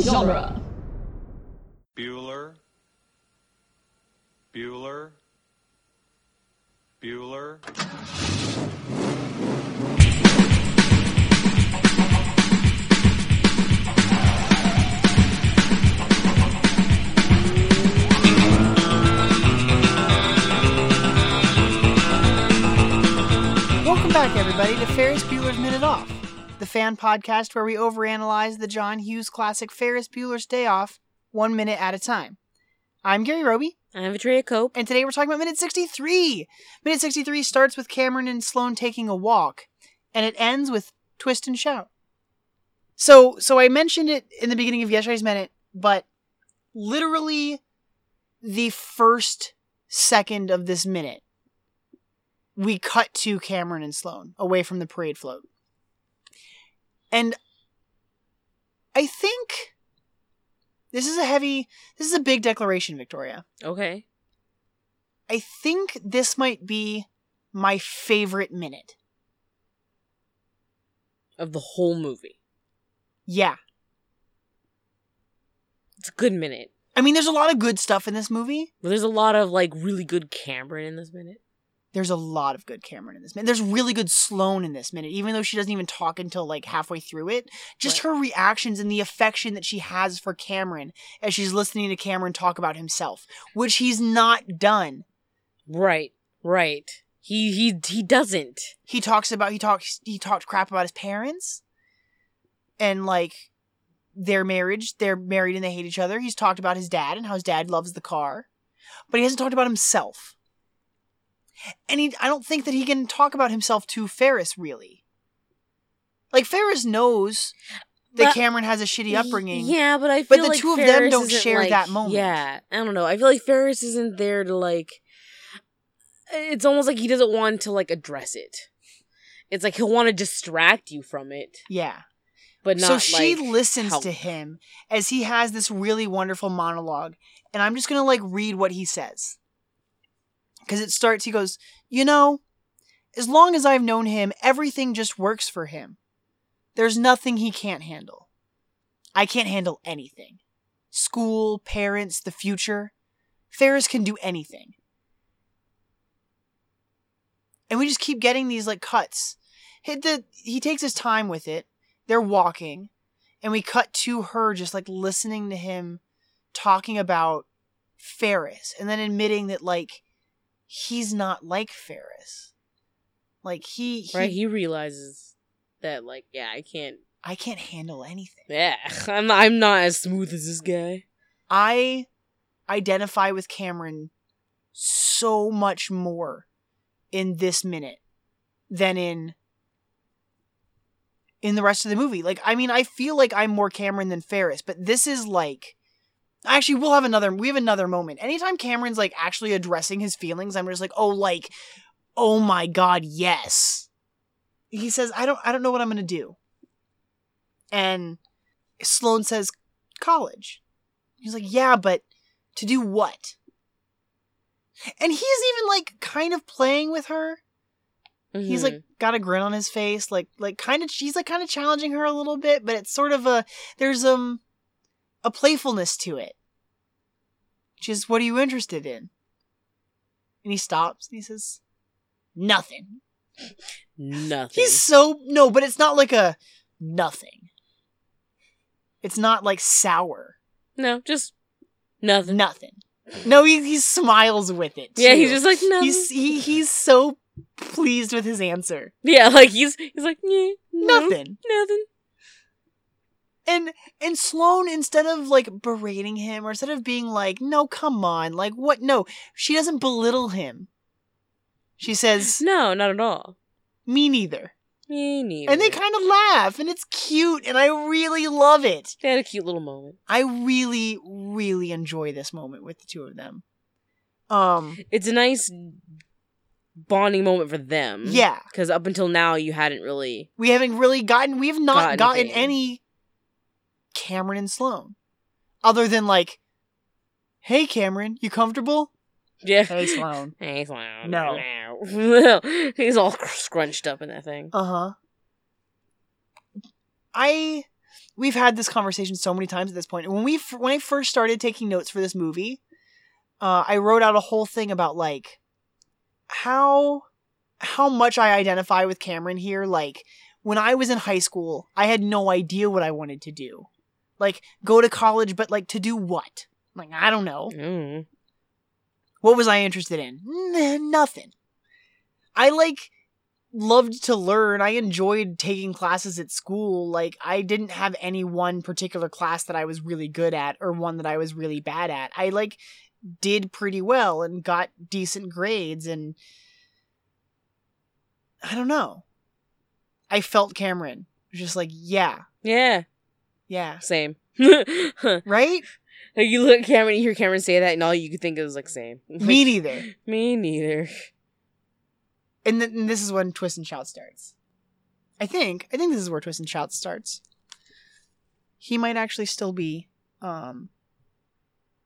genre. Bueller. Bueller. Bueller. Welcome back, everybody, to Ferris Bueller's Minute Off, the fan podcast where we overanalyze the John Hughes classic Ferris Bueller's Day Off one minute at a time. I'm Gary Roby, I'm Vitria Cope. and today we're talking about minute 63. Minute 63 starts with Cameron and Sloane taking a walk, and it ends with twist and shout. So, so I mentioned it in the beginning of yesterday's minute, but literally the first second of this minute, we cut to Cameron and Sloane away from the parade float. And I think this is a heavy, this is a big declaration, Victoria. Okay. I think this might be my favorite minute. Of the whole movie. Yeah. It's a good minute. I mean, there's a lot of good stuff in this movie. But there's a lot of like really good Cameron in this minute. There's a lot of good Cameron in this minute. There's really good Sloane in this minute, even though she doesn't even talk until like halfway through it. Just her reactions and the affection that she has for Cameron as she's listening to Cameron talk about himself, which he's not done. Right. Right. He he he doesn't. He talks about he talks he talked crap about his parents and like their marriage. They're married and they hate each other. He's talked about his dad and how his dad loves the car, but he hasn't talked about himself. And he, I don't think that he can talk about himself to Ferris really. Like Ferris knows that But- Cameron has a shitty upbringing. Yeah, but I feel But the like two of them Ferris don't isn't, share like- that moment. Yeah. I don't know. I feel like Ferris isn't there to like it's almost like he doesn't want to like address it. It's like he'll want to distract you from it, Yeah. but not so she like, listens help. to him as he has this really wonderful monologue and i'm just gonna like read what he says because it starts he goes you know as long as i've known him everything just works for him there's nothing he can't handle i can't handle anything school parents the future ferris can do anything and we just keep getting these like cuts he, the, he takes his time with it they're walking and we cut to her just like listening to him talking about Ferris and then admitting that like he's not like Ferris. Like he, he right he realizes that like yeah, I can't I can't handle anything. yeah, I'm not, I'm not as smooth as this guy. I identify with Cameron so much more in this minute than in in the rest of the movie. Like I mean, I feel like I'm more Cameron than Ferris, but this is like actually we'll have another we have another moment. Anytime Cameron's like actually addressing his feelings, I'm just like, "Oh, like oh my god, yes." He says, "I don't I don't know what I'm going to do." And Sloane says, "College." He's like, yeah, but to do what? And he's even like kind of playing with her. He's Mhm. like got a grin on his face, like like kind of she's like kind of challenging her a little bit, but it's sort of a there's um a playfulness to it. Just what are you interested in? And he stops and he says, "Nothing." nothing. He's so no, but it's not like a nothing. It's not like sour. No, just nothing. nothing. No, he, he smiles with it. Yeah, too. he's just like no. he's he, he's so pleased with his answer. yeah, like he's he's like yeah, no, Nothing. nothing. And and Sloane, instead of like berating him or instead of being like, no, come on, like what no, she doesn't belittle him. She says, No, not at all. Me neither. Me neither. And they kind of laugh and it's cute and I really love it. they had a cute little moment. I really, really enjoy this moment with the two of them. Um It's a nice bonding moment for them. yeah. because up until now you hadn't really. We haven't really gotten. We have not Gotten gotten, things. any Cameron and Sloan, other than like, "Hey Cameron, you comfortable?" Yeah. Hey Sloan. Hey, he's like, No. no. he's all scrunched up in that thing. Uh huh. Uh-huh. I we've had this conversation so many times at this point. And when we f- when I first started taking notes for this movie, uh, I wrote out a whole thing about like how how much I identify with Cameron here. Like when I was in high school, I had no idea what I wanted to do, like go to college, but like to do what? Like I don't know. Mm. What was I interested in? Nah, nothing. I like loved to learn. I enjoyed taking classes at school. Like I didn't have any one particular class that I was really good at or one that I was really bad at. I like did pretty well and got decent grades and I don't know. I felt Cameron. Just like, yeah. Yeah, Yeah. same. like Right? you look at Cameron, you hear Cameron say that, and all you could think of is like same. Me neither. Me neither. and, th- and this is when twist and shout starts i think i think this is where twist and shout starts he might actually still be um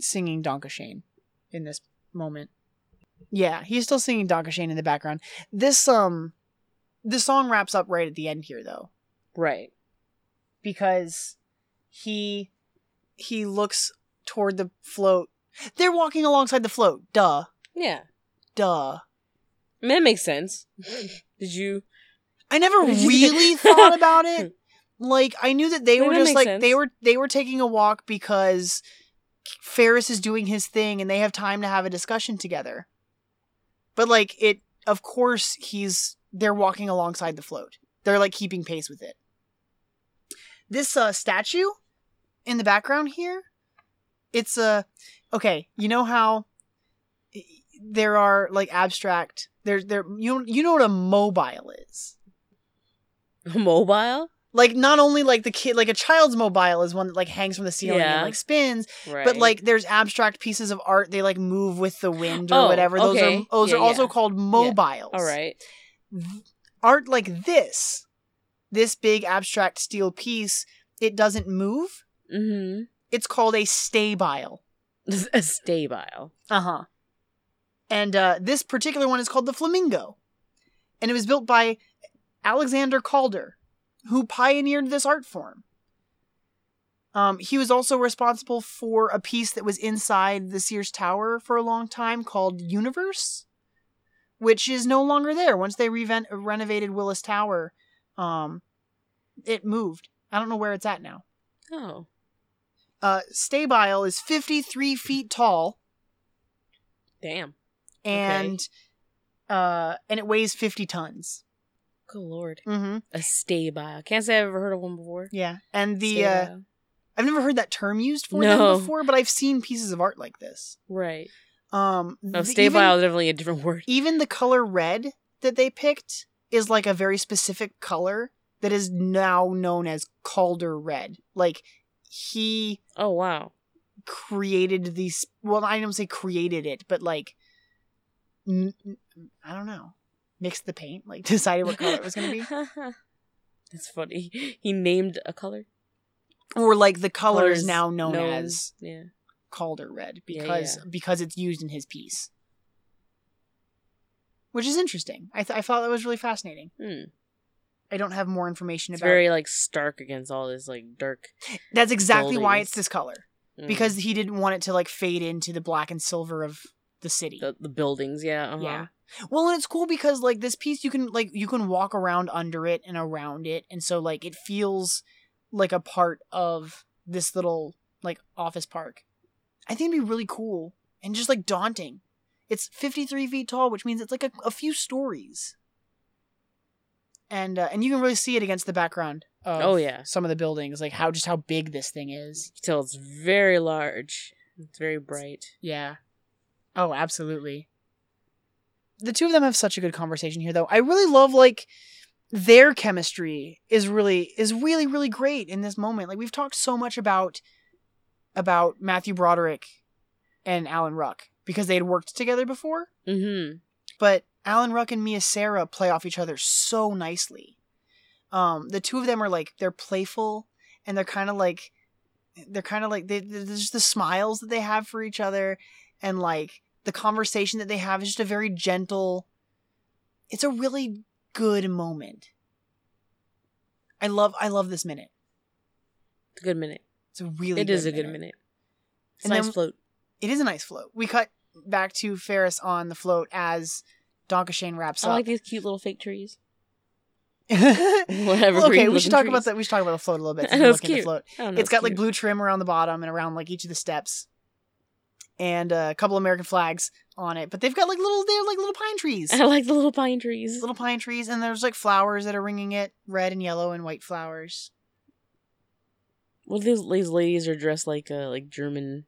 singing donka shane in this moment yeah he's still singing donka shane in the background this um the song wraps up right at the end here though Right. because he he looks toward the float they're walking alongside the float duh Yeah. duh I mean, that makes sense. Did you? I never really thought about it. Like I knew that they Yeah, were that just makes like sense. they were they were taking a walk because Ferris is doing his thing and they have time to have a discussion together. But like it of course he's they're walking alongside the float. They're like keeping pace with it. This uh statue in the background here, it's a okay, you know how there are like abstract there's there you you know what a mobile is Mobile? like not only like the kid like a child's mobile is one that like hangs from the ceiling and Yeah. like spins Right. but like there's abstract pieces of art they like move with the wind or Oh, whatever those are okay. those Yeah, are also yeah. called mobiles All right. Th- art like this this big abstract steel piece it doesn't move Mm-hmm. it's called a stabile A stabile. uh-huh and uh this particular one is called the flamingo and it was built by Alexander Calder, who pioneered this art form. Um, he was also responsible for a piece that was inside the Sears Tower for a long time called Universe, which is no longer there. Once they reven- renovated Willis Tower, um, it moved. I don't know where it's at now. Oh. Uh, Stabile is 53 feet tall Damn. Okay. and uh, and it weighs 50 tons. Good lord. Mm-hmm. A stabile. Can't say I've ever heard of one before. Yeah, and the uh, Stabile. I've never heard that term used for No. them before, but I've seen pieces of art like this. Right. Um, No, the- stabile Even, is definitely a different word. even the color red that they picked is like a very specific color that is now known as Calder red. Like he Oh wow. created these. Well, I don't say created it, but like n- n- I don't know, mixed the paint, like decided what color it was going to be, That's funny. He named a color. or like the color is Colors now known as yeah. Calder Red Yeah, because yeah. because it's used in his piece, which is interesting. I, th- I thought that was really fascinating. Hmm. I don't have more information It's about. very like stark against all this like dark. That's exactly why buildings. it's this color mm, because he didn't want it to like fade into the black and silver of the city. the, the buildings. Yeah. Uh-huh. Yeah. Well, and it's cool because like this piece you can like you can walk around under it and around it and so like it feels like a part of this little like office park. I think it'd be really cool and just like daunting. It's 53 feet tall, which means it's like a, a few stories. And uh, and you can really see it against the background of Oh, yeah. some of the buildings, like how just how big this thing is. You can tell it's very large. It's very bright. Yeah. Oh, absolutely. The two of them have such a good conversation here though. I really love like their chemistry is really is really really great in this moment. Like we've talked so much about about Matthew Broderick and Alan Ruck because they had worked together before, Mm-hmm. but Alan Ruck and Mia Sarah play off each other so nicely. Um the two of them are like they're playful and they're kind of like they're kind of like they, they- there's just the smiles that they have for each other and like the conversation that they have is just a very gentle it's a really good moment i love i love this minute It's a good minute. It's a really It good is a minute. good minute. It's And a nice then- float. It is a nice float. We cut back to Ferris on the float as Donkashane wraps I up. like these cute little fake trees. Well, Whatever. okay, we should talk about that. that. We should talk about the float a little bit. That since we're was looking at the cute. float. it's got like blue trim around the bottom and around like each of the steps, and uh, a couple American flags on it. But they've got like little, they're like little pine trees, I like the little pine trees. little pine trees, and there's like flowers that are ringing it, red and yellow and white flowers. Well, these these ladies are dressed like uh like German.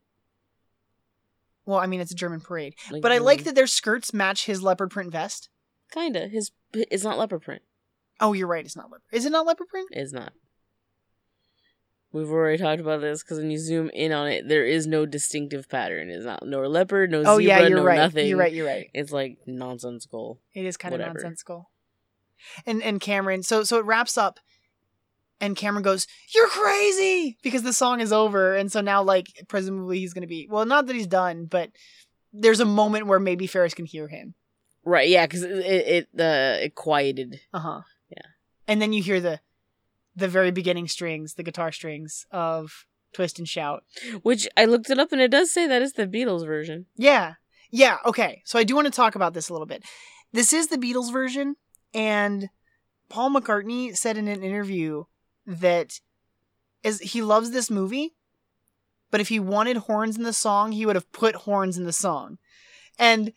Well, I mean it's a German parade, Like but I like German- that their skirts match his leopard print vest. Kinda. His it's not leopard print. Oh, you're right. It's not leopard. Is it not leopard print? It's not. We've already talked about this because when you zoom in on it, there is no distinctive pattern. It's not no leopard, no oh zebra, yeah, you're no right. nothing. You're right. You're right. It's like nonsensical. It is kind of Whatever. nonsensical. And and Cameron, so so it wraps up, and Cameron goes, "You're crazy," because the song is over, and so now like presumably he's gonna be well, not that he's done, but there's a moment where maybe Ferris can hear him. Right? Yeah, because it it it, uh, it quieted. Uh huh. Uh-huh. Yeah. And then you hear the the very beginning strings, the guitar strings of "Twist and Shout." Which I looked it up and it does say that it's the Beatles version. Yeah. Yeah. Okay. So I do want to talk about this a little bit. This is the Beatles version, and Paul McCartney said in an interview that is he loves this movie, but if he wanted horns in the song, he would have put horns in the song, and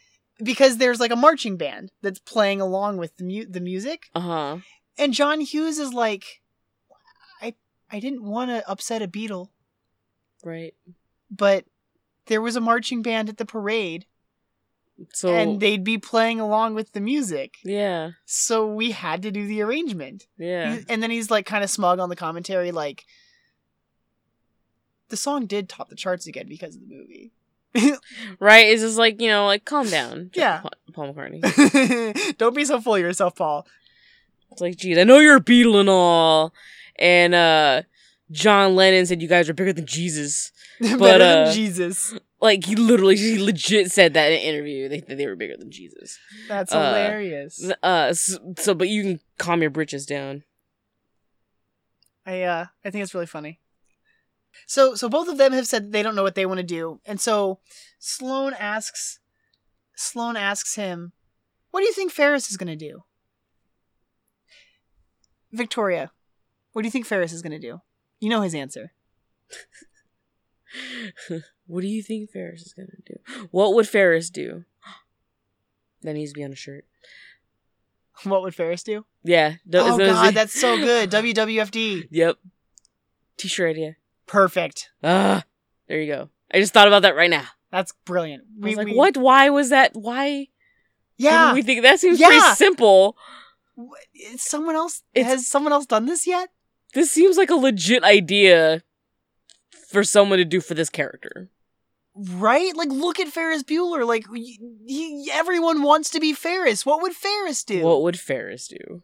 because there's like a marching band that's playing along with the mu- the music, Uh huh. and John Hughes is like, I I didn't want to upset a Beatle Right. but there was a marching band at the parade So and they'd be playing along with the music. yeah, So we had to do the arrangement. yeah. He- And then he's like kind of smug on the commentary, like, the song did top the charts again because of the movie. Right? It's just like, you know, like calm down. J- Yeah. Pa- Paul McCartney. Don't be so full of yourself, Paul. It's like, geez, I know you're a Beatle and all. And uh John Lennon said you guys are bigger than Jesus. Better But, than uh, Jesus. Like he literally he legit said that in an interview. They that they were bigger than Jesus. That's uh, hilarious. Uh so, so but you can calm your britches down. I uh I think it's really funny. So so both of them have said they don't know what they want to do. And so Sloan asks Sloan asks him, What do you think Ferris is gonna do? Victoria, what do you think Ferris is gonna do? You know his answer. what do you think Ferris is gonna do? What would Ferris do? That needs to be on a shirt. What would Ferris do? Yeah. th- oh it's gonna god, be- that's so good. WWFD. Yep. T shirt idea. Perfect. Ah, there you go. I just thought about that right now. That's brilliant. I was like, what? Why was that? Why Yeah. didn't we think that seems Yeah. pretty simple? Wh- is someone else It's- has someone else done this yet? This seems like a legit idea for someone to do for this character. Right? Like, look at Ferris Bueller. Like, y he, everyone wants to be Ferris. What would Ferris do? What would Ferris do?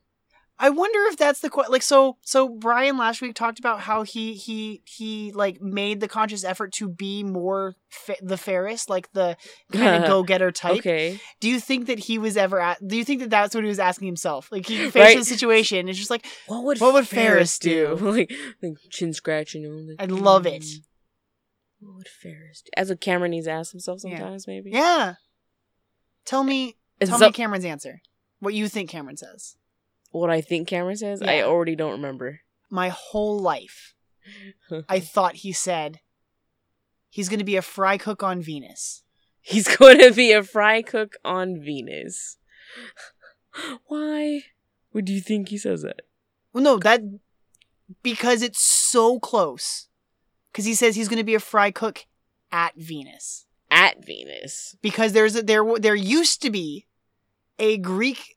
I wonder if that's the que- like. So, so Brian last week talked about how he he he like made the conscious effort to be more fe- the Ferris, like the kind of go getter type. Okay. Do you think that he was ever? at do you think that that's what he was asking himself? Like, he faced Right. the situation. It's just like What would What would Ferris do? like, like chin scratching. and all that. I love it. Hmm. What would Ferris do? That's what Cameron needs to ask himself Yeah. sometimes, maybe. yeah. Tell me, It's tell so- me Cameron's answer. What you think Cameron says? what I think Cameron says, I Yeah. already don't remember. my whole life, I thought he said he's going to be a fry cook on Venus. He's going to be a fry cook on Venus. Why would you think he says that? Well, no, that because it's so close. Because he says he's going to be a fry cook at Venus. At Venus. Because there's a, there wa- there used to be a Greek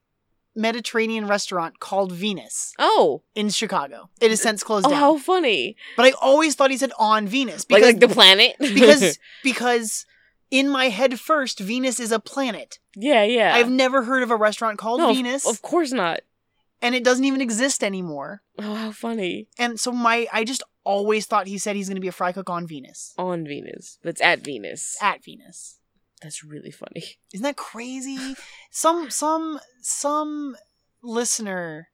Mediterranean restaurant called Venus Oh, in Chicago. It is since closed oh, down. how funny! But I always thought he said on Venus Like, because like the planet. because because in my head first Venus is a planet. yeah, yeah. I've never heard of a restaurant called No, of- Venus, Of course not. and it doesn't even exist anymore. Oh, how funny! And so my, I just always thought he said he's going to be a fry cook on Venus, On Venus, but it's at Venus. at Venus. That's really funny. Isn't that crazy? Some, some, some listener.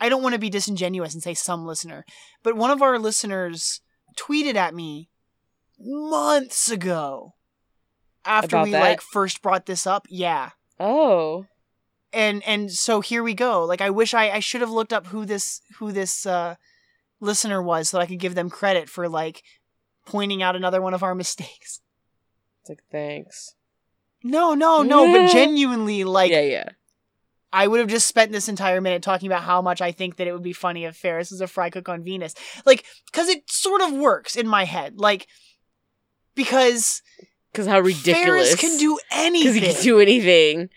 I don't want to be disingenuous and say some listener, but one of our listeners tweeted at me months ago after About we that? like first brought this up. Yeah. Oh. And and so here we go. Like I wish I I should have looked up who this who this uh listener was so I could give them credit for like pointing out another one of our mistakes. It's like thanks. No, no, no, but genuinely like yeah, yeah. I would have just spent this entire minute talking about how much I think that it would be funny if Ferris was a fry cook on Venus. Like, because it sort of works in my head. Like, because Because how Ferris ridiculous. can do Because he anything. can do anything. And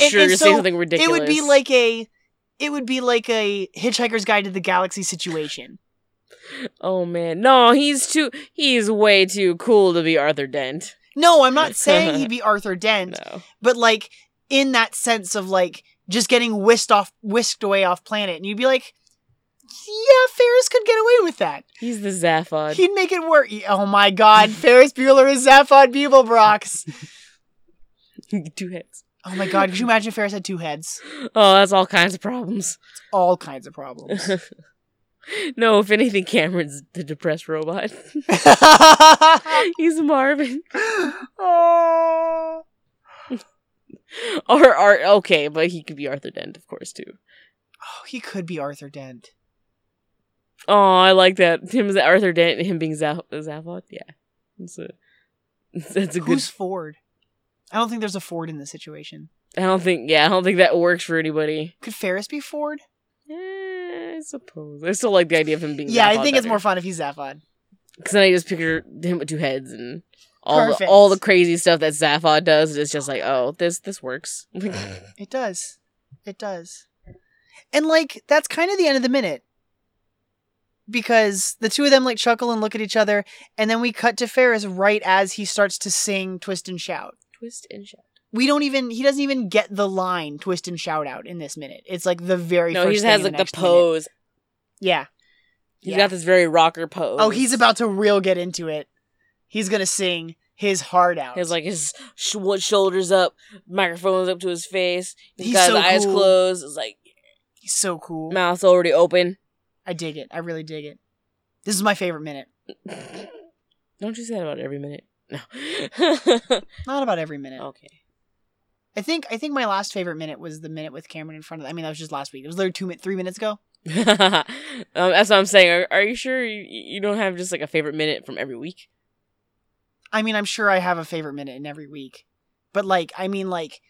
And- sure, and just say so something ridiculous. it would be like a, it would be like a Hitchhiker's Guide to the Galaxy situation. Oh man, no, he's too. He's way too cool to be Arthur Dent. No, I'm not saying he'd be Arthur Dent, No. but like in that sense of like just getting whisked off, whisked away off planet, and you'd be like, yeah, Ferris could get away with that. He's the Zaphod. He'd make it work. Oh my God, Ferris Bueller is Zaphod Beeblebrox. Two heads. Oh my God, could you imagine if Ferris had two heads? Oh, that's all kinds of problems. All kinds of problems. no, if anything, Cameron's the depressed robot. he's Marvin. oh. Or Art. Okay, but he could be Arthur Dent, of course, too. oh, he could be Arthur Dent. Oh, I like that. Him as Arthur Dent and him being Zaph- Zaphod. Yeah, that's a that's a good. Who's Ford? I don't think there's a Ford in this situation. I don't think. Yeah, I don't think that works for anybody. Could Ferris be Ford? Eh, I suppose. I still like the idea of him being. Yeah, I Zaphod think it's better. more fun if he's Zaphod. Because then I just picture him with two heads and all the, Perfect. all the crazy stuff that Zaphod does. And it's just like, oh, this this works. It does. It does. And like that's kind of the end of the minute. Because the two of them like chuckle and look at each other, and then we cut to Ferris right as he starts to sing Twist and Shout. Twist and shout. We don't even he doesn't even get the line twist and shout out in this minute. It's like the very No, first he just thing has in like the next minute. pose. Yeah. He's Yeah. got this very rocker pose. Oh, he's about to real get into it. He's gonna sing his heart out. He has like his sh- what shoulders up, microphones up to his face. He's he's got so his eyes cool. closed. It's like He's so cool. mouth's already open. I dig it. I really dig it. This is my favorite minute. Don't you say that about every minute? No. Not about every minute. okay. I think I think my last favorite minute was the minute with Cameron in front of. I mean, that was just last week. It was literally two min three minutes ago. um, that's what I'm saying. Are, are you sure you, you don't have just like a favorite minute from every week? I mean, I'm sure I have a favorite minute in every week, but like, I mean, like,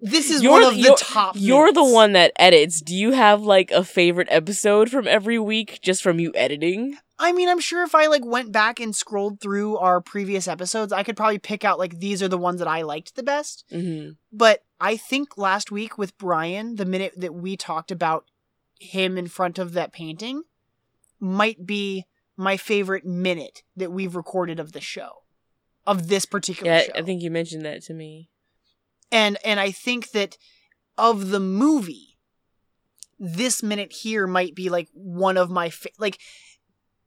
this is You're one the- of the you're- top. You're the minutes. one that edits. Do you have like a favorite episode from every week just from you editing? I mean, I'm sure if I like went back and scrolled through our previous episodes, I could probably pick out like these are the ones that I liked the best. Mm-hmm. But I think last week with Brian, the minute that we talked about him in front of that painting, might be my favorite minute that we've recorded of the show, of this particular Yeah, show. I think you mentioned that to me. and and I think that of the movie, this minute here might be like one of my fa- like.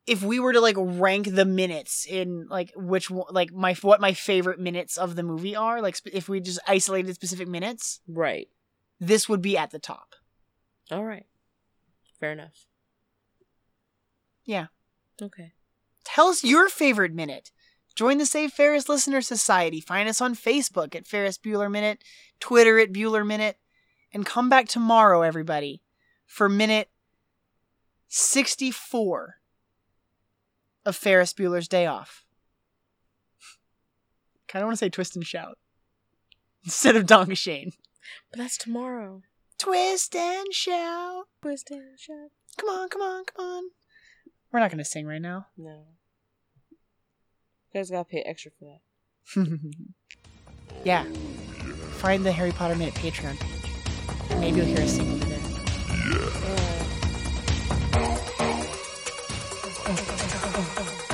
If we were to like rank the minutes in like which one, like my what my favorite minutes of the movie are, like sp- if we just isolated specific minutes, Right. this would be at the top. All right. Fair enough. Yeah. Okay. Tell us your favorite minute. Join the Save Ferris Listener Society. Find us on Facebook at Ferris Bueller Minute, Twitter at Bueller Minute, and come back tomorrow, everybody, for minute 64 of Ferris Bueller's Day Off. Kind of want to say Twist and Shout instead of Donga Shane. But that's tomorrow. Twist and Shout. Twist and shout. Come on, come on, come on. We're not going to sing right now. No. You guys gotta pay extra for that. yeah. Find the Harry Potter Minute Patreon page. Maybe you'll hear us sing over there. Yeah. Oh, oh, oh, oh, oh.